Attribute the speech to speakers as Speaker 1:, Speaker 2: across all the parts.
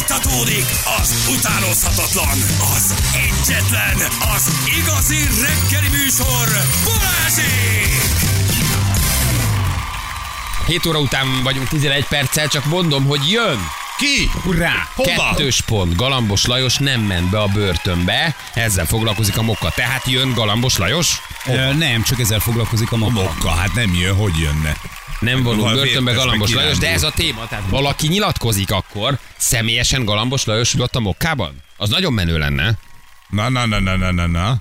Speaker 1: Fújtatódik az utánozhatatlan, az egyetlen, az igazi reggeli műsor, Balázsék!
Speaker 2: 7 óra után vagyunk 11 perccel, csak mondom, hogy jön!
Speaker 3: Ki?
Speaker 2: Hurrá!
Speaker 3: Hova?
Speaker 2: Kettős pont. Galambos Lajos nem ment be a börtönbe, ezzel foglalkozik a mokka. Tehát jön Galambos Lajos?
Speaker 4: Ö, nem, csak ezzel foglalkozik a
Speaker 3: A
Speaker 4: maga.
Speaker 3: mokka, hát nem jön, hogy jönne?
Speaker 2: Nem vonul
Speaker 3: Ha
Speaker 2: börtönbe
Speaker 3: vértes,
Speaker 2: Galambos
Speaker 3: meg
Speaker 2: Lajos, de ez
Speaker 3: kirándul.
Speaker 2: a téma. Tehát valaki nyilatkozik akkor, személyesen Galambos Lajos ülött a mokkában? Az nagyon menő lenne.
Speaker 3: Na, na, na, na, na, na, na.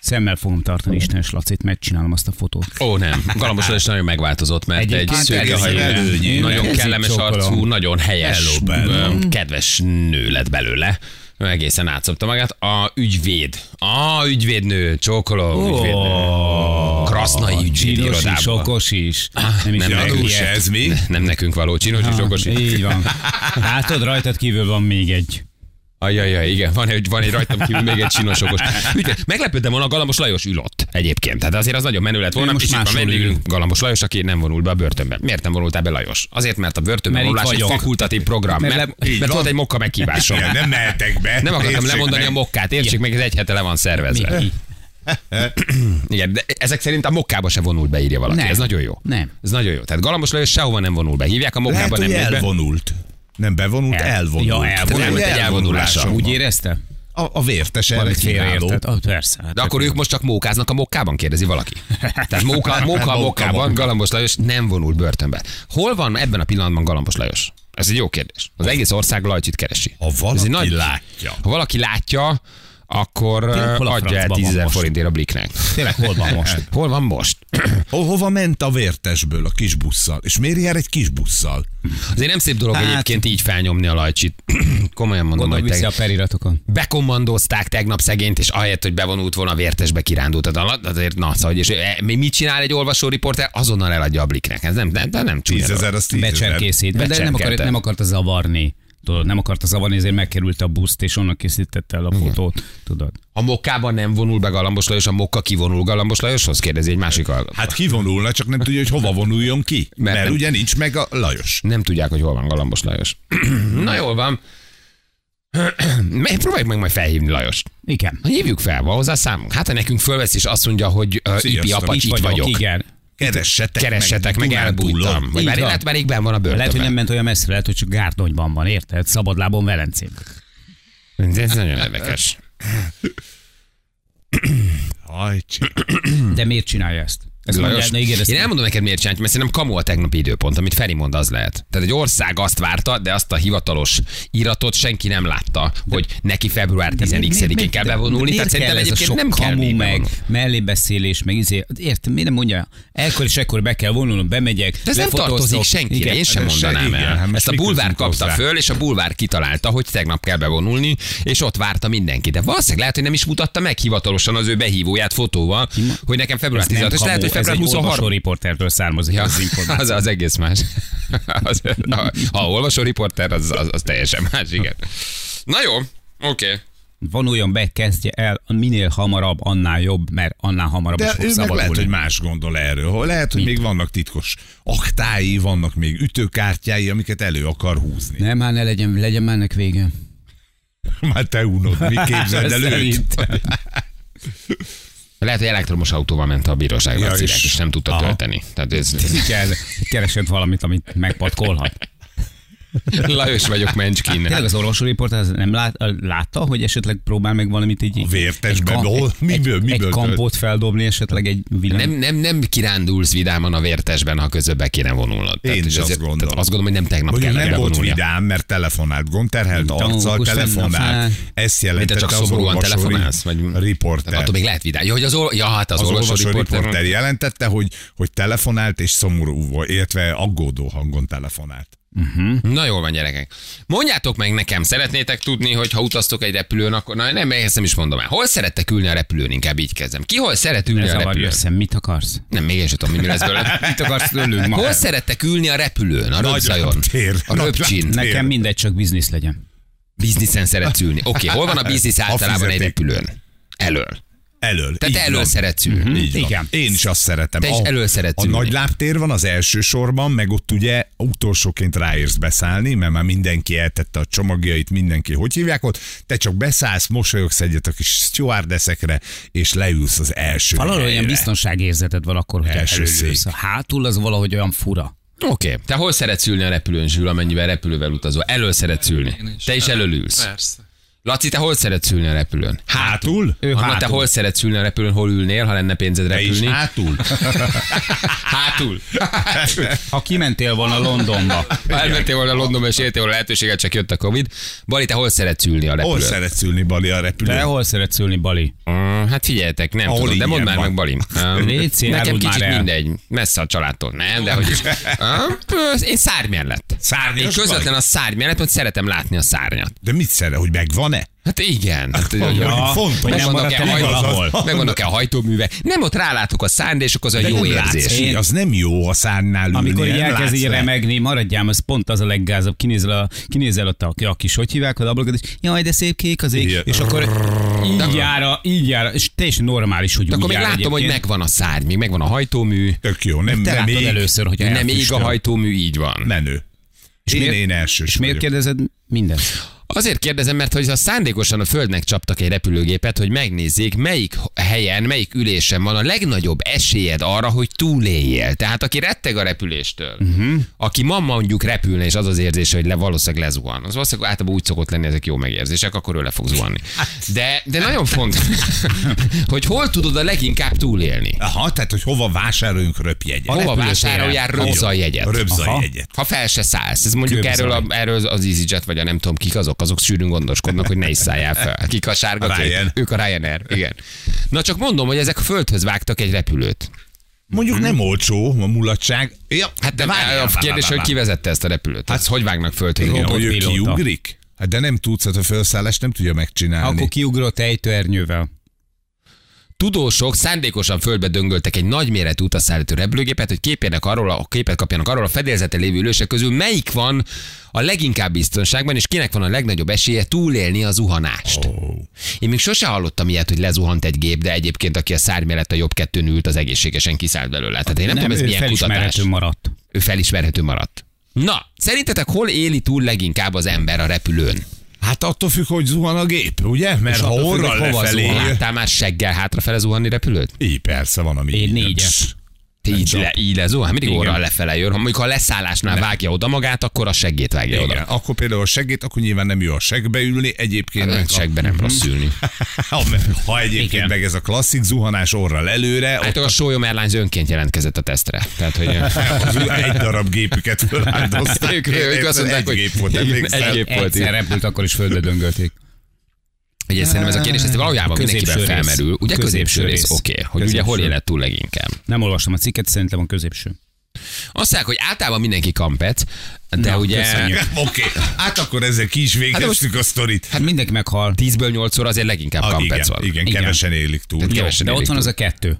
Speaker 4: Szemmel fogom tartani Istenes Lacit, megcsinálom azt a fotót.
Speaker 2: Ó, nem. Galambos Lajos nagyon megváltozott, mert egy,
Speaker 4: Egyébként
Speaker 2: egy szőke
Speaker 3: igen,
Speaker 2: hajú,
Speaker 3: igen. Előnyi.
Speaker 2: nagyon
Speaker 4: Kicsit
Speaker 2: kellemes
Speaker 4: csókolom.
Speaker 2: arcú, nagyon helyes,
Speaker 3: Hello, Bello.
Speaker 2: ö, kedves nő lett belőle. Ő egészen átszopta magát. A ügyvéd. A ügyvédnő, csókoló ügyvédnő. Krasznai ügyvéd
Speaker 4: Csinos is,
Speaker 2: irodában.
Speaker 4: okos is. Nem is
Speaker 2: nem
Speaker 4: lehet
Speaker 2: gyanús
Speaker 3: Gyanús
Speaker 4: ilyet.
Speaker 3: ez mi?
Speaker 2: Nem nekünk való, csinos is, okos is.
Speaker 4: Így van. Látod, rajtad kívül van még egy.
Speaker 2: Ajajaj, igen, van egy, van egy rajtam kívül még egy csinos okos. Mit- Meglepődtem volna, Galambos Lajos ülött egyébként. Tehát azért az nagyon menő lett volna,
Speaker 4: Ő most
Speaker 2: és itt van
Speaker 4: máshol
Speaker 2: vendégünk, Galambos Lajos, aki nem vonult be a börtönbe. Miért nem vonultál be, Lajos? Azért, mert a börtönben
Speaker 4: Mert itt
Speaker 2: vonulás egy
Speaker 4: vagyok.
Speaker 2: fakultatív program.
Speaker 4: Mert
Speaker 2: Mert,
Speaker 4: le-
Speaker 2: mert,
Speaker 3: így
Speaker 2: mert
Speaker 3: van.
Speaker 2: volt egy mokka meghívásom.
Speaker 3: Ja, nem mehetek be.
Speaker 2: Nem akartam
Speaker 3: Értsük
Speaker 2: lemondani
Speaker 3: meg.
Speaker 2: a mokkát, értsék meg, ez egy hete le van szervezve.
Speaker 4: Eh,
Speaker 2: Igen, de ezek szerint a mokkába se vonult be, írja valaki.
Speaker 4: Nem.
Speaker 2: Ez nagyon jó.
Speaker 4: Nem.
Speaker 2: Ez nagyon jó. Tehát Galambos Lajos sehova nem vonul be. Hívják a
Speaker 3: Lehet,
Speaker 2: mokkába,
Speaker 3: hogy
Speaker 2: nem jött be.
Speaker 3: Hát elvonult. Nem bevonult,
Speaker 4: El-
Speaker 3: elvonult.
Speaker 4: Ja,
Speaker 3: Tehát
Speaker 4: elvonult,
Speaker 3: elvonult,
Speaker 2: egy elvonulása.
Speaker 3: elvonulásom
Speaker 4: Úgy
Speaker 3: van.
Speaker 4: érezte?
Speaker 3: A, a vértes
Speaker 4: Van
Speaker 3: erre
Speaker 4: egy
Speaker 3: kiváló.
Speaker 4: félreértet. Ah, persze. Hát
Speaker 2: De akkor ők most csak mókáznak a mokkában, kérdezi valaki. Tehát móka, móka a mokkában, Galambos Lajos nem vonult börtönbe. Hol van ebben a pillanatban Galambos Lajos? Ez egy jó kérdés. Az egész ország Lajcsit keresi.
Speaker 3: Ha valaki
Speaker 2: Ez egy
Speaker 3: látja.
Speaker 2: Ha valaki látja, akkor
Speaker 4: Tényleg, hol a
Speaker 2: eh, adja el
Speaker 4: francban
Speaker 2: 10
Speaker 4: van
Speaker 2: ezer
Speaker 4: most?
Speaker 2: forintért a bliknek.
Speaker 4: Tényleg hol van most?
Speaker 2: Hol van most?
Speaker 3: Ho- Hova ment a vértesből a kis busszal? És miért jár egy kis busszal?
Speaker 2: Azért nem szép dolog
Speaker 4: Hát-
Speaker 2: egyébként így felnyomni a Lajcsit. Komolyan mondom,
Speaker 4: Gondolom
Speaker 2: hogy
Speaker 4: vissza
Speaker 2: te...
Speaker 4: a periratokon.
Speaker 2: bekommandozták tegnap szegényt, és ahelyett, hogy bevonult volna vértesbe kirándult a dalat, azért na, szóval, hogy és e, mi mit csinál egy olvasó riporter? Azonnal eladja a bliknek. Ez nem, nem, nem, nem csúnya. dolog.
Speaker 3: Tízezer, az tízezer.
Speaker 4: Becserkészít. De- De nem akart,
Speaker 2: Becserkelte.
Speaker 4: nem akarta zavarni. Tudod, nem akarta zavarni, ezért megkerült a buszt, és onnan készítette el a fotót. Tudod.
Speaker 2: A mokkában nem vonul be Galambos Lajos, a mokka kivonul Galambos Lajoshoz? Kérdezi egy másik hallgató.
Speaker 3: Hát kivonulna, csak nem tudja, hogy hova vonuljon ki.
Speaker 2: Mert
Speaker 3: Mert,
Speaker 2: nem-
Speaker 3: ugye nincs meg a Lajos.
Speaker 2: Nem tudják, hogy hol van Galambos Lajos. na jól van. Próbáljuk meg majd felhívni Lajost.
Speaker 4: Igen.
Speaker 2: Hívjuk fel, van hozzá számunk. Hát ha nekünk fölvesz és azt mondja, hogy uh, Ipi
Speaker 3: Sziasztok,
Speaker 2: apacs,
Speaker 4: Itt
Speaker 2: itt vagyok.
Speaker 4: Igen.
Speaker 3: Keressetek,
Speaker 2: Keressetek meg,
Speaker 3: Dunán
Speaker 2: elbújtam.
Speaker 3: túlon.
Speaker 2: Vagy
Speaker 4: Így
Speaker 2: már,
Speaker 4: van.
Speaker 2: lehet, már régben van a börtönben.
Speaker 4: Lehet, hogy nem ment olyan messzire, lehet, hogy csak Gárdonyban van, érted? Szabadlábon Velencén.
Speaker 2: Ez nagyon érdekes.
Speaker 3: Hajcsi.
Speaker 2: Hm.
Speaker 4: De miért csinálja ezt? Ezt
Speaker 2: Lajos,
Speaker 4: mondják, ne
Speaker 2: én
Speaker 4: ígéreztem.
Speaker 2: elmondom neked, miért csinálják, mert szerintem kamu a tegnapi időpont, amit Feri mond, az lehet. Tehát egy ország azt várta, de azt a hivatalos iratot senki nem látta, hogy neki február 10-én kell bevonulni. Tehát szerintem egyébként nem kell még
Speaker 4: meg,
Speaker 2: meg.
Speaker 4: mellébeszélés, meg izé. Értem, miért nem mondja? Ekkor és ekkor be kell vonulnom, bemegyek.
Speaker 2: De ez nem
Speaker 4: lefotózok.
Speaker 2: tartozik senkire,
Speaker 4: Igen.
Speaker 2: én sem
Speaker 3: de se-
Speaker 2: mondanám
Speaker 3: igen,
Speaker 2: el.
Speaker 3: hát most
Speaker 2: Ezt a
Speaker 3: mi
Speaker 2: bulvár
Speaker 3: közünk
Speaker 2: kapta
Speaker 3: hozzá?
Speaker 2: föl, és a bulvár kitalálta, hogy tegnap kell bevonulni, és ott várta mindenki. De valószínűleg lehet, hogy nem is mutatta meg hivatalosan az ő behívóját fotóval, hogy nekem február
Speaker 4: Ez nem
Speaker 2: 16 és lehet, hogy
Speaker 4: kamu,
Speaker 2: február
Speaker 4: ez egy
Speaker 2: 23
Speaker 4: olvasó riportertől származik
Speaker 2: Ja,
Speaker 4: az információ.
Speaker 2: az, az egész más. Az, ha, ha olvasó riporter, az, az, az teljesen más, igen. Na jó, oké. Okay.
Speaker 4: Vonuljon be, kezdje el, minél hamarabb, annál jobb, mert annál hamarabb is
Speaker 3: De
Speaker 4: fog
Speaker 3: ő meg lehet, hogy
Speaker 4: szabadulni.
Speaker 3: más gondol erről. Hol Lehet, hogy még vannak titkos aktái, vannak még ütőkártyái, amiket elő akar húzni.
Speaker 4: Nem, hát ne legyen, legyen már ennek vége.
Speaker 2: Hát,
Speaker 3: Már te unod, mi képzeld el őt?
Speaker 2: Lehet, hogy elektromos autóval ment a bíróságra
Speaker 3: Ja,
Speaker 2: ja, a
Speaker 3: és-
Speaker 2: és, és nem tudta
Speaker 3: aha.
Speaker 2: tölteni. Tehát ez,
Speaker 4: kell, keresett valamit, amit megpatkolhat.
Speaker 2: Lajos vagyok, ments ki innen.
Speaker 4: Tényleg az orvosó riporter az nem lát, látta, hogy esetleg próbál meg valamit így...
Speaker 3: A vértesbe,
Speaker 4: egy,
Speaker 3: hol? Miből,
Speaker 4: egy,
Speaker 3: miből
Speaker 4: egy kampót feldobni, esetleg egy villany.
Speaker 2: Nem, nem, nem kirándulsz vidáman a vértesben, ha közöbbe kéne vonulnod.
Speaker 3: Én
Speaker 2: és
Speaker 3: is azt
Speaker 2: ezért-
Speaker 3: gondolom.
Speaker 2: Tehát azt gondolom, hogy nem tegnap
Speaker 3: Mondjuk
Speaker 2: kellett
Speaker 3: nem volt
Speaker 2: bevonulnia.
Speaker 3: vidám, mert telefonált, gondterhelt arccal
Speaker 4: Augusztus
Speaker 3: telefonált.
Speaker 4: telefonál.
Speaker 3: Ezt jelentette
Speaker 2: hát. Te csak
Speaker 3: az
Speaker 2: szomorúan
Speaker 3: olvasó
Speaker 2: telefonálsz? Vagy...
Speaker 3: ri-
Speaker 2: Tehát
Speaker 3: riporter.
Speaker 2: attól még lehet vidám. Ja, hogy az, ol... ja hát az,
Speaker 3: Az
Speaker 2: olvasó,
Speaker 3: olvasó
Speaker 2: riporter.
Speaker 3: riporter jelentette, hogy, hogy telefonált és szomorú volt, illetve aggódó hangon telefonált.
Speaker 2: Na jól van, gyerekek. Mondjátok meg nekem, szeretnétek tudni, hogy ha utaztok egy repülőn, akkor na, nem, ezt nem is mondom el. Hol szerettek ülni a repülőn? Inkább így kezdem. Ki hol szeret ülni
Speaker 4: Ne
Speaker 2: a
Speaker 4: zavarj
Speaker 2: repülőn?
Speaker 4: össze, mit akarsz?
Speaker 2: Nem, még én sem tudom, mi mi lesz belőle.
Speaker 4: Mit akarsz tőlünk ma?
Speaker 2: Hol szerettek ülni a repülőn, a
Speaker 3: Nagy
Speaker 2: röpzajon,
Speaker 3: reptér.
Speaker 2: a
Speaker 3: Nagy
Speaker 2: röpcsin?
Speaker 3: reptér.
Speaker 4: Nekem mindegy, csak biznisz legyen.
Speaker 2: Bizniszen szeretsz ülni. Oké, hol van a biznisz általában egy
Speaker 3: fizetik.
Speaker 2: repülőn? Elől.
Speaker 3: Elől.
Speaker 2: Tehát
Speaker 3: így
Speaker 2: elől
Speaker 3: van.
Speaker 2: szeretsz ülni.
Speaker 3: Mhm. Így van.
Speaker 4: Igen.
Speaker 3: Én is azt szeretem.
Speaker 2: Hm, Te is
Speaker 3: A-
Speaker 2: elől szeretsz
Speaker 3: A
Speaker 2: ülni.
Speaker 3: nagy láptér van az első sorban, meg ott ugye utolsóként ráérsz beszállni, mert már mindenki eltette a csomagjait, mindenki hogy hívják ott. Te csak beszállsz, mosolyogsz egyet a kis stewardeszekre, és leülsz az első
Speaker 4: Valahol olyan
Speaker 3: helyre.
Speaker 4: biztonságérzeted van akkor, hogy
Speaker 3: Első
Speaker 4: előülsz.
Speaker 3: szék.
Speaker 4: A hátul az valahogy olyan fura.
Speaker 2: Oké. Okay. Te hol szeretsz ülni a repülőn, Zsül, amennyiben repülővel utazol? Elől szeretsz ülni. Te is elől ülsz.
Speaker 5: Persze.
Speaker 2: Laci, te hol szeretsz ülni a repülőn?
Speaker 3: Hátul?
Speaker 2: Ő Anna, te hol szeretsz ülni a repülőn, hol ülnél, ha lenne pénzed
Speaker 3: Te is
Speaker 2: repülni?
Speaker 3: hátul?
Speaker 2: Hátul.
Speaker 4: Ha kimentél volna Londonba.
Speaker 2: Ha elmentél volna Londonba, és éltél volna lehetőséget, csak jött a Covid. Bali, te hol szeretsz ülni a repülőn?
Speaker 3: Hol szeretsz ülni, Bali, a repülőn?
Speaker 4: Te hol szeretsz ülni, Bali?
Speaker 2: Mm, Hát figyeljetek, nem
Speaker 3: Ahol
Speaker 2: tudom, de mondd
Speaker 3: ilyen van.
Speaker 2: már meg Balin. Um,
Speaker 4: Légy szíves,
Speaker 2: Nekem
Speaker 4: áruld már
Speaker 2: kicsit
Speaker 4: el.
Speaker 2: mindegy, messze a családtól, nem, de hogy is. Um, p- Én szárny mellett.
Speaker 3: Szárnyas
Speaker 2: Én közvetlen
Speaker 3: vagy?
Speaker 2: a szárny mellett, mert szeretem látni a szárnyat.
Speaker 3: De mit szere, hogy megvan-e?
Speaker 2: Hát igen. Hát, hogy-
Speaker 3: Ja, fontos.
Speaker 2: Megvannak-e
Speaker 4: maradt el
Speaker 2: hajtó-
Speaker 3: valahol.
Speaker 2: megvannak-e a hajtóművek? Nem, ott rálátok a szárnyra, és akkor az a jó
Speaker 3: nem látsz
Speaker 2: érzés.
Speaker 3: ki,
Speaker 4: Én-
Speaker 3: Az nem jó a szárnál ülni.
Speaker 4: Amikor így
Speaker 3: nem
Speaker 4: elkezd
Speaker 3: látsz
Speaker 4: így
Speaker 3: le.
Speaker 4: remegni, maradjám, az pont az a leggázabb. Kinézel, a, kinézel ott a, a kis, hogy hívják az ablakot, és jaj, de szép kék az ég.
Speaker 3: Igen.
Speaker 4: És akkor így jár, a- így jár, és teljesen normális, hogy
Speaker 2: De
Speaker 4: úgy
Speaker 2: akkor még
Speaker 4: jár
Speaker 2: látom, hogy
Speaker 4: egyébként.
Speaker 2: megvan a szárny, még megvan a hajtómű.
Speaker 3: Tök jó, nem,
Speaker 4: Te
Speaker 3: nem
Speaker 4: látod
Speaker 3: ég,
Speaker 4: először, hogy
Speaker 2: Nem ég a
Speaker 4: elfüstöl.
Speaker 2: hajtómű, így van.
Speaker 3: menő. És én,
Speaker 4: miért-
Speaker 3: én elsős
Speaker 4: És miért
Speaker 3: vagyok.
Speaker 4: kérdezed mindezt?
Speaker 2: Azért kérdezem, mert hogy a szándékosan a földnek csaptak egy repülőgépet, hogy megnézzék, melyik helyen, melyik ülésen van a legnagyobb esélyed arra, hogy túléljél. Tehát aki retteg a repüléstől,
Speaker 4: Mhm.
Speaker 2: uh-huh. aki ma mondjuk repülne, és az az érzése, hogy le valószínűleg lezuhan, az valószínűleg általában úgy szokott lenni ezek jó megérzések, akkor ő le fog zuhanni.
Speaker 4: Hát.
Speaker 2: De, de nagyon fontos, hogy hol tudod a leginkább túlélni.
Speaker 3: Aha, tehát, hogy hova vásároljunk röpjegyet.
Speaker 2: Hova vásároljál röbzaj jegyet?
Speaker 3: Röbzajjegyet.
Speaker 2: Ha fel se szállsz, ez mondjuk
Speaker 4: Különböző.
Speaker 2: erről, a, erről az EasyJet, vagy a nem tudom kik azok, azok sűrűn gondoskodnak, hogy ne is szálljál fel. Hát Kik a sárga
Speaker 3: A
Speaker 2: kék?
Speaker 3: Ryan.
Speaker 2: Ők a Ryanair, igen. Na csak mondom, hogy ezek a földhöz vágtak egy repülőt.
Speaker 3: Mondjuk nem olcsó a mulatság. Ja,
Speaker 2: Hát de,
Speaker 3: várjál,
Speaker 2: a kérdés,
Speaker 3: várjál,
Speaker 2: hogy ki
Speaker 3: várjál.
Speaker 2: vezette ezt a repülőt? Hát hogy vágnak földhöz?
Speaker 3: Igen,
Speaker 2: Robot-
Speaker 3: hogy ő
Speaker 4: pilóta.
Speaker 3: kiugrik? Hát de nem tudsz, hát a felszállás nem tudja megcsinálni.
Speaker 4: Akkor kiugrott ejtőernyővel.
Speaker 2: Tudósok szándékosan földbe döngöltek egy nagyméretű utasszállító repülőgépet, hogy képjenek arról, a képet kapjanak arról a fedélzeten lévő ülősek közül, melyik van a leginkább biztonságban, és kinek van a legnagyobb esélye túlélni a zuhanást.
Speaker 3: Ó.
Speaker 2: Én még sose hallottam ilyet, hogy lezuhant egy gép, de egyébként aki a szárny mellett a jobb kettőn ült, az egészségesen kiszállt belőle. Tehát én nem, nem tudom, ez
Speaker 4: ő
Speaker 2: milyen kutatás.
Speaker 4: felismerhető maradt.
Speaker 2: Ő felismerhető maradt. Na, szerintetek hol éli túl leginkább az ember a repülőn?
Speaker 3: Hát attól függ, hogy zuhan a gép, ugye? Mert ha
Speaker 2: Attól függ,
Speaker 3: orral
Speaker 2: hogy hova
Speaker 3: lefelé...
Speaker 2: zuhan. Láttál már seggel hátrafele zuhanni repülőt?
Speaker 3: Így persze van, ami...
Speaker 4: Én
Speaker 3: így-
Speaker 4: négyes.
Speaker 2: Te így, le, így lezuhan, Hát mindig
Speaker 4: Igen.
Speaker 2: óra lefele jön. Ha mondjuk ha a leszállásnál vágja oda magát, akkor a seggét vágja
Speaker 3: Igen.
Speaker 2: oda. Hát
Speaker 3: Akkor például a segít, akkor nyilván nem jó a segbe ülni, egyébként... meg
Speaker 2: Egy
Speaker 3: a-
Speaker 2: segbe nem rossz ülni.
Speaker 3: Ha, ha egyébként
Speaker 4: Igen.
Speaker 3: meg ez a klasszik zuhanás orral előre, ott
Speaker 2: Hát a Sólyom Airlines önként jelentkezett a tesztre. Tehát, hogy...
Speaker 3: az ül- egy darab gépüket feláldozták.
Speaker 2: Ők- ők azt mondták,
Speaker 3: egy
Speaker 2: hogy-
Speaker 3: gép volt,
Speaker 2: Igen, egy
Speaker 3: emlékszel?
Speaker 2: gép. volt,
Speaker 4: Egyszer repült, akkor is földbe döngölték.
Speaker 2: Ugye szerintem ez a kérdés, ez valójában
Speaker 4: Középső
Speaker 2: mindenkiben
Speaker 4: rész.
Speaker 2: felmerül. Ugye
Speaker 4: Középső
Speaker 2: középső rész,
Speaker 4: rész.
Speaker 2: oké, okay, hogy ugye
Speaker 4: Középső.
Speaker 2: hol élet túl leginkább.
Speaker 4: Nem olvastam a cikket, szerintem a
Speaker 2: Hát
Speaker 4: középső.
Speaker 2: Azt mondják, hogy általában mindenki kampet, de
Speaker 4: Na,
Speaker 2: ugye
Speaker 4: köszönjük.
Speaker 3: Oké, hát akkor ezzel ki is végeztük a sztorit.
Speaker 4: Hát mindenki meghal.
Speaker 2: 10-ből 8 óra azért leginkább
Speaker 3: Ah,
Speaker 2: kampec
Speaker 3: igen,
Speaker 2: van.
Speaker 3: igen,
Speaker 4: Igen.
Speaker 3: kevesen élik túl.
Speaker 2: Tehát
Speaker 4: Jó,
Speaker 2: kevesen
Speaker 4: de ott
Speaker 2: élik
Speaker 4: van
Speaker 2: túl.
Speaker 4: az a kettő.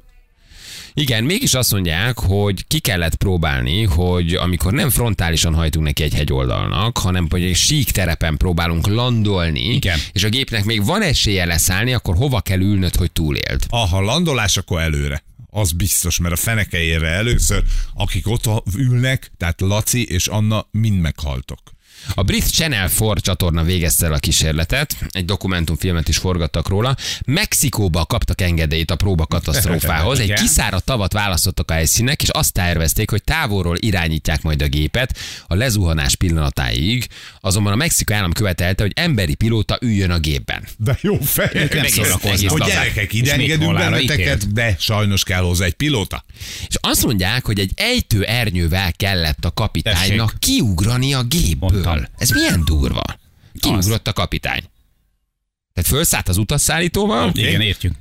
Speaker 2: Igen, mégis azt mondják, hogy ki kellett próbálni, hogy amikor nem frontálisan hajtunk neki egy hegyoldalnak, hanem hogy egy sík terepen próbálunk landolni,
Speaker 4: Igen.
Speaker 2: és a gépnek még van esélye leszállni, akkor hova kell ülnöd, hogy túléld?
Speaker 3: Ah, ha landolás, akkor előre. Az biztos, mert a feneke érre először, akik ott ülnek, tehát Laci és Anna mind meghaltok.
Speaker 2: A brit Channel 4 csatorna végezte el a kísérletet, egy dokumentumfilmet is forgattak róla. Mexikóba kaptak engedélyt a próba katasztrófához, egy
Speaker 4: Igen.
Speaker 2: kiszáradt tavat választottak a helyszínnek, és azt tervezték, hogy távolról irányítják majd a gépet a lezuhanás pillanatáig, azonban a Mexikó állam követelte, hogy emberi pilóta üljön a gépben.
Speaker 3: De jó fejek.
Speaker 4: nem
Speaker 3: Egész-
Speaker 4: szórakoznak.
Speaker 3: egész Hogy
Speaker 2: labdák.
Speaker 3: gyerekek,
Speaker 4: És
Speaker 3: ide
Speaker 4: még
Speaker 3: engedünk
Speaker 4: halálra
Speaker 3: benneteket,
Speaker 4: ítélt.
Speaker 3: de sajnos kell hozzá egy pilóta.
Speaker 2: És azt mondják, hogy egy ejtő ernyővel kellett a kapitánynak
Speaker 4: Tessék.
Speaker 2: kiugrani a gépből.
Speaker 4: Mondtam.
Speaker 2: Ez milyen durva. Kiugrott a kapitány. Tehát felszállt az utasszállítóval,
Speaker 4: Igen, értjük.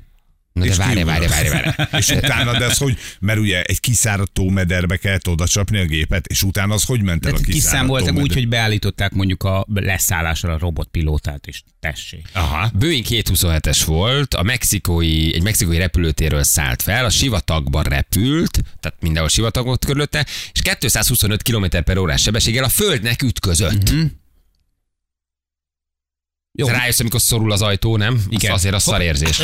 Speaker 2: Na de
Speaker 3: És
Speaker 2: várj,
Speaker 3: kiugrott.
Speaker 2: várj, várj, várj.
Speaker 3: És utána, de az hogy, mert ugye egy kiszáradt tómederbe kellett oda csapni a gépet, és utána az hogy ment el
Speaker 4: De
Speaker 3: a kiszáradt
Speaker 4: kiszámoltam
Speaker 3: tómeder-
Speaker 4: úgy, hogy beállították mondjuk a leszállásra a robotpilótát is. Tessék.
Speaker 3: Aha.
Speaker 2: Boeing 227-es volt, a mexikói, egy mexikói repülőtérről szállt fel, a sivatagban repült, tehát mindenhol sivatag volt körülötte, és 225 km per órás sebességgel a földnek ütközött. Mm-hmm. Jó. Rájössz, amikor szorul az ajtó, nem? Igen. Az azért a szar érzés.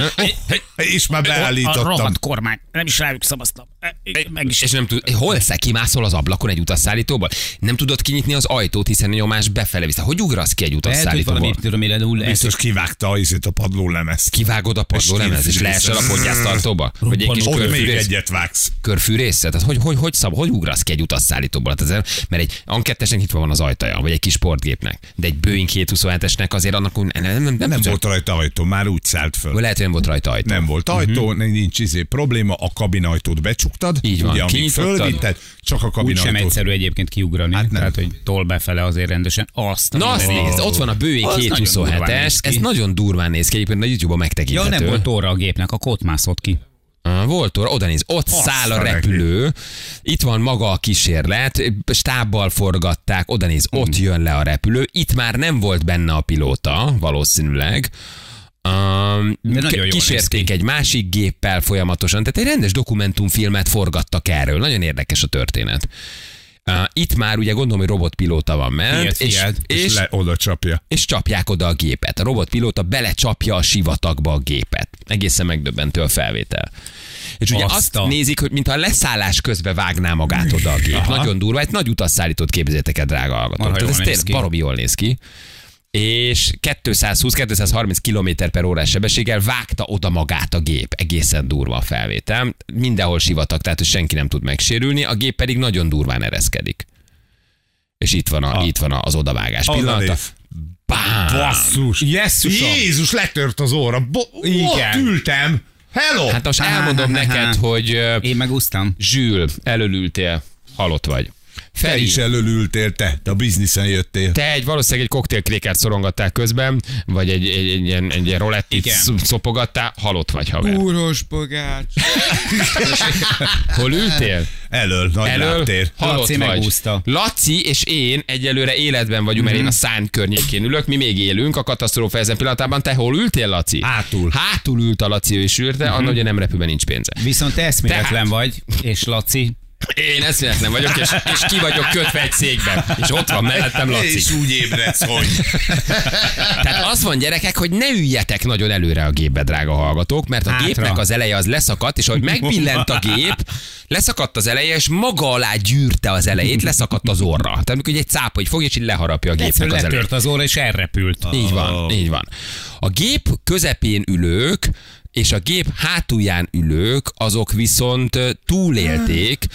Speaker 3: És már
Speaker 4: A
Speaker 3: beállítottam.
Speaker 4: rohadt kormány. Nem is rájuk szavaztam. E, igen, Meg is.
Speaker 2: És nem tud, hol szel kimászol az ablakon egy utasszállítóból? Nem tudod kinyitni az ajtót, hiszen a nyomás befele visz. Hogy ugrasz ki egy
Speaker 4: Lehet, hogy valami
Speaker 2: utasszállítóból?
Speaker 4: piramide hull.
Speaker 3: Biztos kivágta a izét a padlólemezt.
Speaker 2: Kivágod a padló nem ez, és leesel a podgyásztartóba? Hogy egy kis
Speaker 3: Ott még
Speaker 2: körfűrész,
Speaker 3: egyet vágsz.
Speaker 2: körfűrészet? Tehát hogy, hogy, hogy, szab, hogy ugrasz ki egy utasszállítóból? Hát azért, mert egy ankettesnek nyitva van az ajtaja, vagy egy kis sportgépnek, de egy Boeing 727-esnek azért annak úgy- nem, nem, nem, nem,
Speaker 3: Nem
Speaker 2: tudsz-
Speaker 3: volt rajta ajtó, már úgy szállt föl.
Speaker 2: Lehet, hogy nem volt rajta ajtó.
Speaker 3: Nem volt ajtó, uh-huh. nincs izé probléma, a kabinajtót becsuktad,
Speaker 2: Így van,
Speaker 3: ugye, amíg
Speaker 2: kinyitottad.
Speaker 3: fölvitted, csak a
Speaker 4: Úgy sem
Speaker 3: kabinajtót.
Speaker 4: egyszerű egyébként kiugrani. Hát
Speaker 3: nem.
Speaker 4: Tehát, hogy tol befele azért rendesen. Azt.
Speaker 2: Na azt nézd, ott van a Boeing
Speaker 4: Az nagyon durván
Speaker 2: 727-es,
Speaker 4: néz ki.
Speaker 2: ez nagyon durván néz ki, egyébként a YouTube-on
Speaker 4: Ja,
Speaker 2: megtekinthető.
Speaker 4: nem volt óra a gépnek, a ott mászott ki.
Speaker 2: Á, Volt óra, oda néz, ott
Speaker 3: Azt
Speaker 2: száll
Speaker 3: a
Speaker 2: a repülő, itt van maga a kísérlet, stábbal forgatták, oda néz,
Speaker 4: Hmm.
Speaker 2: ott jön le a repülő, itt már nem volt benne a pilóta, valószínűleg. Um,
Speaker 4: De nagyon jól néz
Speaker 2: kísérték egy másik géppel folyamatosan, tehát egy rendes dokumentumfilmet forgattak erről, nagyon érdekes a történet. Uh, itt már ugye gondolom, hogy robotpilóta van ment,
Speaker 4: Fiat,
Speaker 2: és,
Speaker 4: Fiat,
Speaker 2: és,
Speaker 3: És le oda csapja.
Speaker 2: és csapják oda a gépet. A robotpilóta belecsapja a sivatagba a gépet. Egészen megdöbbentő a felvétel. És ugye azt,
Speaker 4: Azt a-
Speaker 2: nézik, hogy mintha a leszállás közben vágná magát oda a gép. Nagyon durva, egy nagy utasszállítót képzeljétek el, drága hallgatók.
Speaker 4: Marha
Speaker 2: Tehát
Speaker 4: jól
Speaker 2: ez
Speaker 4: néz
Speaker 2: tényleg
Speaker 4: ki.
Speaker 2: baromi jól néz ki. És 220-230 km per órás sebességgel vágta oda magát a gép. Egészen durva a felvétel. Mindenhol sivatag, tehát hogy senki nem tud megsérülni, a gép pedig nagyon durván ereszkedik. És itt van, a, itt van a- az odavágás
Speaker 3: Oda
Speaker 2: pillanata.
Speaker 3: néz.
Speaker 2: Bám!
Speaker 3: Basszus.
Speaker 4: Jesszusom!
Speaker 3: Jézus, letört az óra. Bo- ott
Speaker 4: Igen.
Speaker 3: ültem. Hello!
Speaker 2: Hát most
Speaker 4: Á,
Speaker 2: elmondom
Speaker 4: há, há,
Speaker 2: neked,
Speaker 4: há.
Speaker 2: hogy ö,
Speaker 4: Én megúsztam.
Speaker 2: Zsül, elölültél, halott vagy.
Speaker 3: te
Speaker 2: Feri,
Speaker 3: is elől ültél, te, te a bizniszen jöttél.
Speaker 2: te egy valószínűleg egy koktélkrékert szorongattál közben, vagy egy, egy, egy, ilyen, egy ilyen rolettit
Speaker 4: Igen.
Speaker 2: szop- szopogattál, halott vagy haver.
Speaker 4: Úros bogács.
Speaker 2: Hol ültél?
Speaker 3: Elől, nagy
Speaker 2: Elől,
Speaker 3: lábtér.
Speaker 2: halott
Speaker 4: hát, Laci
Speaker 2: vagy.
Speaker 4: megúszta. Mhm.
Speaker 2: Laci és én egyelőre életben vagyunk, mert én a szán környékén ülök, mi még élünk a katasztrófa ezen pillanatában. Te hol ültél, Laci?
Speaker 3: Hátul.
Speaker 2: Hátul ült a Laci, ő is ült,
Speaker 4: Mhm.
Speaker 2: de annak ugye nem repülben nincs pénze.
Speaker 4: Viszont eszméletlen
Speaker 2: Tehát-
Speaker 4: vagy, és Laci,
Speaker 2: Én eszméletlen vagyok, és, és ki vagyok kötve egy székben. És ott van mellettem Laci.
Speaker 3: Hát És úgy ébredsz, hogy...
Speaker 2: Tehát az van, gyerekek, hogy ne üljetek nagyon előre a gépbe, drága hallgatók, mert a
Speaker 4: Hátra.
Speaker 2: gépnek az eleje az leszakadt, és ahogy megbillent a gép, leszakadt az eleje, és maga alá gyűrte az elejét, leszakadt az orra. Tehát amikor egy cápa így fog, és így leharapja a gépnek
Speaker 4: egyszerűen
Speaker 2: az elejét.
Speaker 4: letört az óra, és elrepült. Ah.
Speaker 2: Így van, így van. A gép közepén ülők és a gép hátulján ülők, azok viszont ö, túlélték,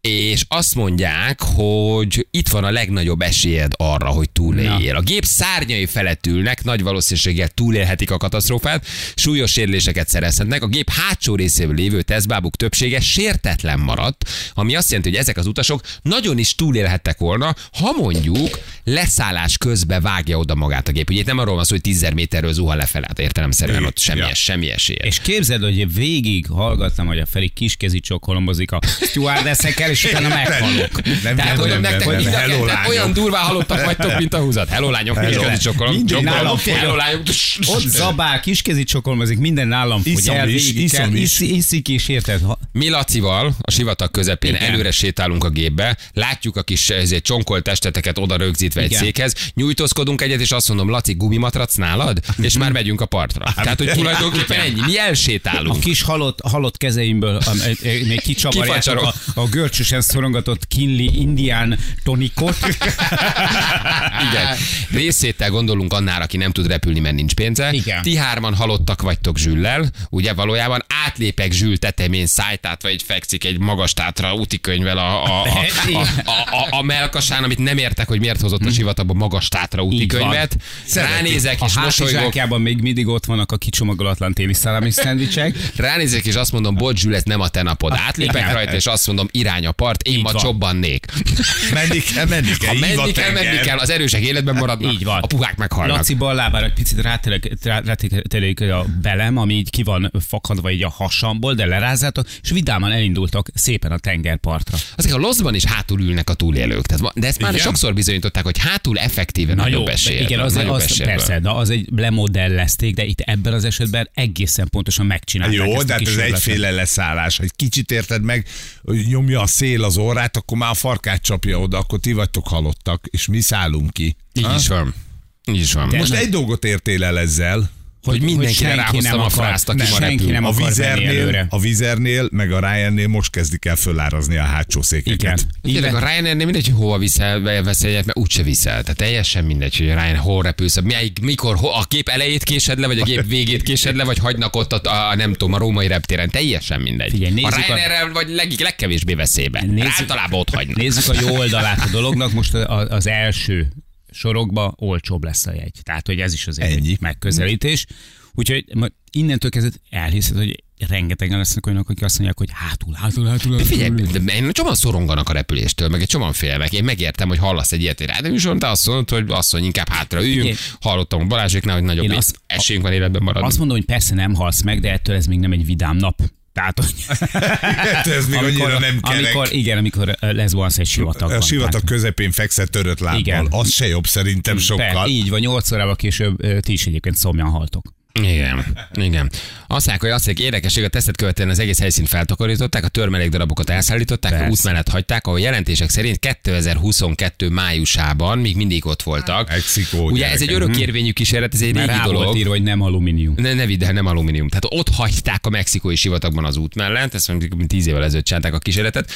Speaker 2: és azt mondják, hogy itt van a legnagyobb esélyed arra, hogy túléljél. A gép szárnyai felett ülnek, nagy valószínűséggel túlélhetik a katasztrófát, súlyos sérüléseket szerezhetnek. A gép hátsó részéből lévő tesztbábuk többsége sértetlen maradt, ami azt jelenti, hogy ezek az utasok nagyon is túlélhettek volna, ha mondjuk leszállás közbe vágja oda magát a gép. Ugye itt nem arról van szó, hogy 10 méterről zuhan lefelé, hát értelemszerűen ott semmi,
Speaker 3: Ja.
Speaker 2: semmi esélye.
Speaker 4: És képzeld, hogy én végig hallgattam, hogy a Feri kiskezi csokolombozik a stewardessekkel, és utána meghalok.
Speaker 3: Nem,
Speaker 2: Tehát
Speaker 3: nem,
Speaker 2: Hát mondom
Speaker 3: nem,
Speaker 2: nektek,
Speaker 3: nem,
Speaker 2: hogy
Speaker 3: nem,
Speaker 2: mind a
Speaker 3: hello,
Speaker 2: ketten
Speaker 3: lányok.
Speaker 2: olyan durván halottak vagytok, mint a húzat. Hello lányok, mi is
Speaker 3: Hello.
Speaker 2: közi csokolom.
Speaker 3: Mindig
Speaker 2: Csokolom.
Speaker 3: nálam fogy.
Speaker 2: Hello lányok.
Speaker 4: Ott zabál, kiskezi csokolombozik, minden állam fogy
Speaker 3: Iszom
Speaker 4: el,
Speaker 3: is,
Speaker 4: végig kell,
Speaker 3: iszom is.
Speaker 4: iszi- iszik is, érted? Ha-
Speaker 2: Mi Lacival a sivatag közepén Igen.
Speaker 4: Igen.
Speaker 2: előre sétálunk a gépbe, látjuk a kis eh, ezért, csonkolt testeteket oda rögzítve egy
Speaker 4: Igen.
Speaker 2: székhez, nyújtózkodunk egyet, és azt mondom, Laci, gumimatrac nálad? És már megyünk a partra. Tehát, hogy tulajdonképpen ennyi. Mi
Speaker 4: Hát, A
Speaker 2: elsétálunk.
Speaker 4: kis halott, halott kezeimből am- e- e- még kicsavarjátok
Speaker 2: Kifacsarok.
Speaker 4: a, a görcsösen szorongatott kinli indián tonikot.
Speaker 2: Igen. Részéttel gondolunk annál, aki nem tud repülni, mert nincs pénze.
Speaker 4: Igen.
Speaker 2: Ti hárman halottak vagytok zsüllel, ugye valójában átlépek zsűl tetemén szájtátva, egy fekszik egy magas tátra útikönyvvel a, a, a, a, a, a, a melkasán, amit nem értek, hogy miért hozott
Speaker 4: Hmm.
Speaker 2: a sivatagba magas tátra útikönyvet. Ránézek és
Speaker 4: A
Speaker 2: mosolygok.
Speaker 4: hátizsákjában még mindig ott vannak a kicsomagolatlan téli szállami szendvicsek.
Speaker 2: Ránézek és azt mondom, bocs Zsül, ez nem a te napod. Átlépek
Speaker 4: Ah, Igen.
Speaker 2: rajta és azt mondom, irány a part, én ma
Speaker 4: van.
Speaker 2: csobbannék.
Speaker 3: Menni kell, menni kell.
Speaker 2: Ha
Speaker 3: hív a
Speaker 2: menni kell, menni
Speaker 3: tenger.
Speaker 2: kell, az erősek életben maradnak,
Speaker 4: Így van.
Speaker 2: a puhák meghalnak.
Speaker 4: Laci bal lábára egy picit rátelik, rá- rátelik a belem, ami így ki van fakadva így a hasamból, de lerázzátok, és vidáman elindultak szépen a tengerpartra.
Speaker 2: Azok a loszban is hátul ülnek a túlélők. Tehát, ma- de ezt már
Speaker 3: Igen.
Speaker 2: sokszor bizonyították, hogy hátul effektíven
Speaker 4: Na jó,
Speaker 2: nagyobb
Speaker 4: de
Speaker 2: esélye.
Speaker 4: igen, az, az, persze, de az egy lemodellezték, de itt ebben az esetben egészen pontosan megcsinálták
Speaker 3: Jó,
Speaker 4: ezt
Speaker 3: de
Speaker 4: a
Speaker 3: hát ez
Speaker 4: kísérletet.
Speaker 3: egyféle leszállás. Egy kicsit érted meg, hogy nyomja a szél az orrát, akkor már a farkát csapja oda, akkor ti vagytok halottak, és mi szállunk ki.
Speaker 2: Így is van. Így is van.
Speaker 3: Most
Speaker 4: nem.
Speaker 3: egy dolgot értél el ezzel,
Speaker 2: Hogy mindenkire
Speaker 4: senki
Speaker 2: ráhoztam
Speaker 4: nem
Speaker 2: a
Speaker 4: akar-
Speaker 2: frászt, aki
Speaker 4: nem,
Speaker 2: ma
Speaker 4: senki
Speaker 2: repül.
Speaker 4: nem
Speaker 3: a
Speaker 4: akar menni
Speaker 3: Vizernél,
Speaker 4: előre.
Speaker 3: a Vizernél, meg a Ryanairnél most kezdik el fölárazni a hátsó székeket.
Speaker 4: Igen.
Speaker 2: Tényleg a
Speaker 4: Igen.
Speaker 2: Ryanair nem mindegy, hogy hova viszel, be- veszel egyet, mert úgyse viszel. Tehát teljesen mindegy, hogy a Ryanair hol repülsz, melyik, mikor, ho, a gép elejét késed le, vagy a gép végét késed le, vagy hagynak ott a, a nem tudom, a római reptéren. Teljesen mindegy.
Speaker 4: Figyelj,
Speaker 2: a
Speaker 4: nézzük a-
Speaker 2: Ryanairrel vagy leg, legkevésbé veszélybe.
Speaker 4: Nézzük-
Speaker 2: Általában ott hagynak.
Speaker 4: Nézzük a jó oldalát a dolognak, most a- a- az első sorokba olcsóbb lesz a jegy. Tehát, hogy ez is azért
Speaker 3: Ennyi.
Speaker 4: egy megközelítés. Úgyhogy ma- innentől kezdve elhiszed, hogy rengetegen lesznek olyanok, akik azt mondják, hogy hátul, hátul, hátul, hátul.
Speaker 2: Figyelj, de én csomóan szoronganak a repüléstől, meg egy csomóan félnek. Én megértem, hogy hallasz egy ilyet egy rádióműsoron, te azt mondod, hogy asszony, inkább hátra üljünk.
Speaker 4: Figyelj.
Speaker 2: Hallottam a Balázséknál, hogy nagyobb
Speaker 4: Én
Speaker 2: az,
Speaker 4: azt-
Speaker 2: esélyünk van életben maradni.
Speaker 4: Azt mondom, hogy persze nem halsz meg, de ettől ez még nem egy vidám nap. Tehát, hogy
Speaker 3: Hát ez még annyira nem kerek.
Speaker 4: amikor, igen, amikor ö, lezuhansz egy sivatagban.
Speaker 3: a sivatag
Speaker 4: Tehát-
Speaker 3: közepén fekszel törött lábbal,
Speaker 4: Igen.
Speaker 3: az se jobb szerintem
Speaker 4: Per,
Speaker 3: sokkal.
Speaker 4: így van, 8 órával később ö, ti is egyébként szomjan haltok.
Speaker 2: Igen, igen. Azt mondják, hogy azt mondják, érdekes, hogy a tesztet követően az egész helyszínt feltakarították, a törmelék darabokat elszállították, a
Speaker 4: Persze.
Speaker 2: út mellett hagyták, ahol jelentések szerint 2022 májusában még mindig ott voltak.
Speaker 3: Mexikó,
Speaker 2: Ugye ez
Speaker 3: gyerekek.
Speaker 2: egy örökérvényű kísérlet, ez egy
Speaker 4: Mert
Speaker 2: régi
Speaker 4: rá volt
Speaker 2: dolog.
Speaker 4: írva, hogy nem alumínium.
Speaker 2: Ne, ne vidd el, nem alumínium. Tehát ott hagyták a mexikói sivatagban az út mellett, ezt mondjuk mint tíz évvel ezelőtt csinálták a kísérletet,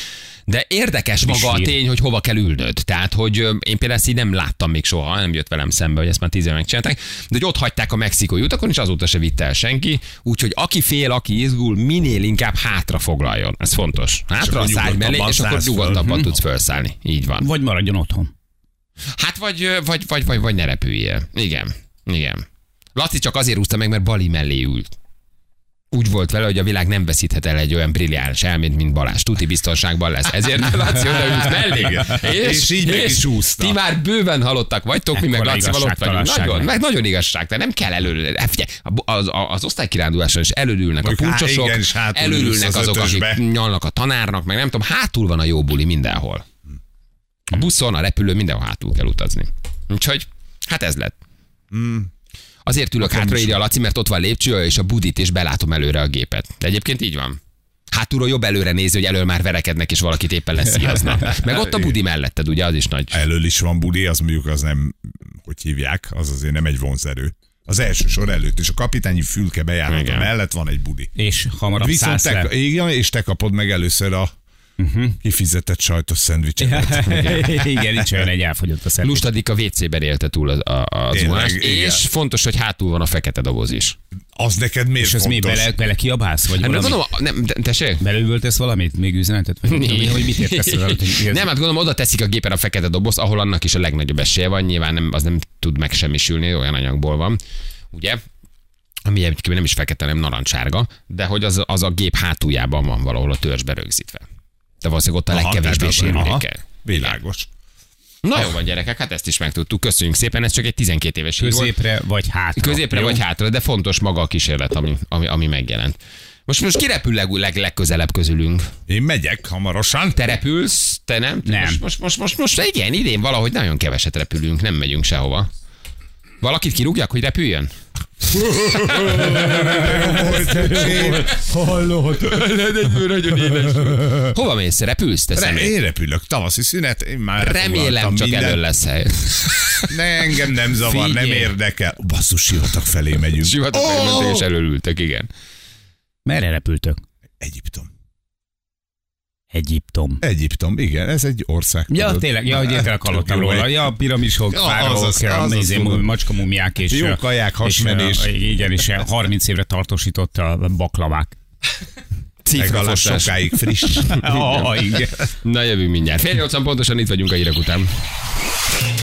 Speaker 2: de érdekes maga a
Speaker 4: sír.
Speaker 2: tény, hogy hova kell ülnöd. Tehát, hogy ö, én például ezt így nem láttam még soha, nem jött velem szembe, hogy ezt már tíz éve megcsinálták, de hogy ott hagyták a mexikói utakon, és azóta se vitte el senki, úgyhogy aki fél, aki izgul, minél inkább hátra foglaljon. Ez fontos. Hátra
Speaker 3: akkor
Speaker 2: szállj mellé,
Speaker 3: nyugodtabban
Speaker 2: és akkor
Speaker 3: szállsz föl. Mhm.
Speaker 2: nyugodtabban tudsz felszállni. Így van.
Speaker 4: Vagy maradjon otthon.
Speaker 2: Hát vagy, ö, vagy, vagy, vagy, vagy ne repüljél. Igen. Igen. Laci csak azért úszta meg, mert Bali mellé ült. Úgy volt vele, hogy a világ nem veszíthet el egy olyan brilliáns elmét, mint Balázs. Tuti biztonságban lesz. Ezért Laci odaült mellé.
Speaker 3: És így meg is úszta.
Speaker 2: Ti már bőven halottak vagytok, mi meg
Speaker 4: Ekkora
Speaker 2: Lacival ott vagyunk.
Speaker 4: igazságtalanság.
Speaker 2: Nagyon, meg nagyon igazság, de nem kell előre. Hát Figyelj, a- az, a- az osztálykiránduláson is előülnek a
Speaker 3: Mondjuk, há,
Speaker 2: kulcsosok,
Speaker 3: igen, és hátul
Speaker 2: előülnek
Speaker 3: ülsz az
Speaker 2: azok, akik
Speaker 3: ötösbe.
Speaker 2: nyalnak a tanárnak, meg nem tudom, hátul van a jó buli mindenhol. A buszon, a repülő, mindenhol hátul kell utazni. Úgyhogy, hát ez lett.
Speaker 3: Hmm.
Speaker 2: Azért ülök hátra, írja a Laci, mert ott van lépcső, és a budit, és belátom előre a gépet. De egyébként így van. Hátulról jobb előre nézi, hogy elől már verekednek, és valakit éppen leszíjaznak. Meg ott a budi melletted, ugye, az is nagy.
Speaker 3: Elől is van budi, az mondjuk az nem, hogy hívják, az azért nem egy vonzerő. Az első sor előtt, és a kapitányi fülke bejárata
Speaker 2: Igen.
Speaker 3: mellett van egy budi.
Speaker 4: És hamarabb
Speaker 3: Viszont
Speaker 4: szállsz
Speaker 3: te,
Speaker 4: le. Mhm.
Speaker 3: igen, és te kapod meg először a kifizetett sajtos szendvicset.
Speaker 4: Igen, nincs olyan egy elfogyott a szem.
Speaker 2: Lustadik a WC-ben élte túl az, a, a
Speaker 3: Tényleg,
Speaker 2: zuhanást,
Speaker 3: igen.
Speaker 2: és fontos, hogy hátul van a fekete doboz is.
Speaker 3: Az neked miért
Speaker 4: És az mi,
Speaker 3: fontos?
Speaker 4: bele, bele kiabálsz? Vagy
Speaker 2: Hát nem
Speaker 4: valami?
Speaker 2: gondolom, nem, te- tessék?
Speaker 4: Belővöltesz valamit? Még üzenetet? Vagy nem tudom, hogy mit értesz vele? hogy
Speaker 2: Nem, hát gondolom, oda teszik a gépen a fekete doboz, ahol annak is a legnagyobb esélye van, nyilván nem, az nem tud megsemmisülni, olyan anyagból van, ugye? Ami egyébként nem is fekete, hanem narancsárga, de hogy az, az a gép hátuljában van valahol a törzsbe rögzítve. De valószínűleg ott a
Speaker 3: Aha,
Speaker 2: legkevésbé
Speaker 3: tehát az- aha,
Speaker 2: sérülékeny.
Speaker 3: Világos.
Speaker 2: Na jó van gyerekek, hát ezt is megtudtuk, köszönjük szépen, ez csak egy 12 éves hír volt.
Speaker 4: Középre vagy hátra.
Speaker 2: Középre
Speaker 4: Jó?
Speaker 2: vagy hátra, de fontos maga a kísérlet, ami, ami, ami megjelent. Most most kirepül leg, leg, legközelebb közülünk?
Speaker 3: Én megyek hamarosan.
Speaker 2: Te repülsz, te nem?
Speaker 4: Nem.
Speaker 2: Most, most, most, most, most igen, idén valahogy nagyon keveset repülünk, nem megyünk sehova. Valakit kirúgjak, hogy repüljön? Hova mész? Repülsz, te
Speaker 3: Remélem,
Speaker 2: személy?
Speaker 3: én repülök, tavaszi szünet, én már
Speaker 2: Remélem
Speaker 3: elfoglaltam
Speaker 2: csak
Speaker 3: mindent.
Speaker 2: elő lesz hely.
Speaker 3: Ne, engem nem zavar, nem
Speaker 2: Figyelj.
Speaker 3: érdekel. Basszus, sivatag felé megyünk.
Speaker 2: Sivatag oh!
Speaker 3: Ó!
Speaker 2: és előültek, igen.
Speaker 4: Merre repültök?
Speaker 3: Egyiptom.
Speaker 4: Egyiptom.
Speaker 3: Egyiptom, igen, ez egy ország.
Speaker 4: Ja,
Speaker 3: tudod.
Speaker 4: tényleg, ja, hogy én tényleg hallottam
Speaker 3: Jó,
Speaker 4: róla.
Speaker 3: egy-
Speaker 4: Ja, a piramisok,
Speaker 3: Ja,
Speaker 4: fáraók,
Speaker 3: azaz, azaz,
Speaker 4: izé,
Speaker 3: tudom.
Speaker 4: macska mumiák és...
Speaker 3: Jó kaják, hasmenés.
Speaker 4: és, ö, Igen, és ö, 30 évre tartósított a baklavák.
Speaker 3: Legalább
Speaker 2: Cifrafoszás.
Speaker 3: sokáig friss.
Speaker 4: Ah, igen.
Speaker 2: Na jövünk mindjárt. Fél nyolcan pontosan itt vagyunk a hírek után.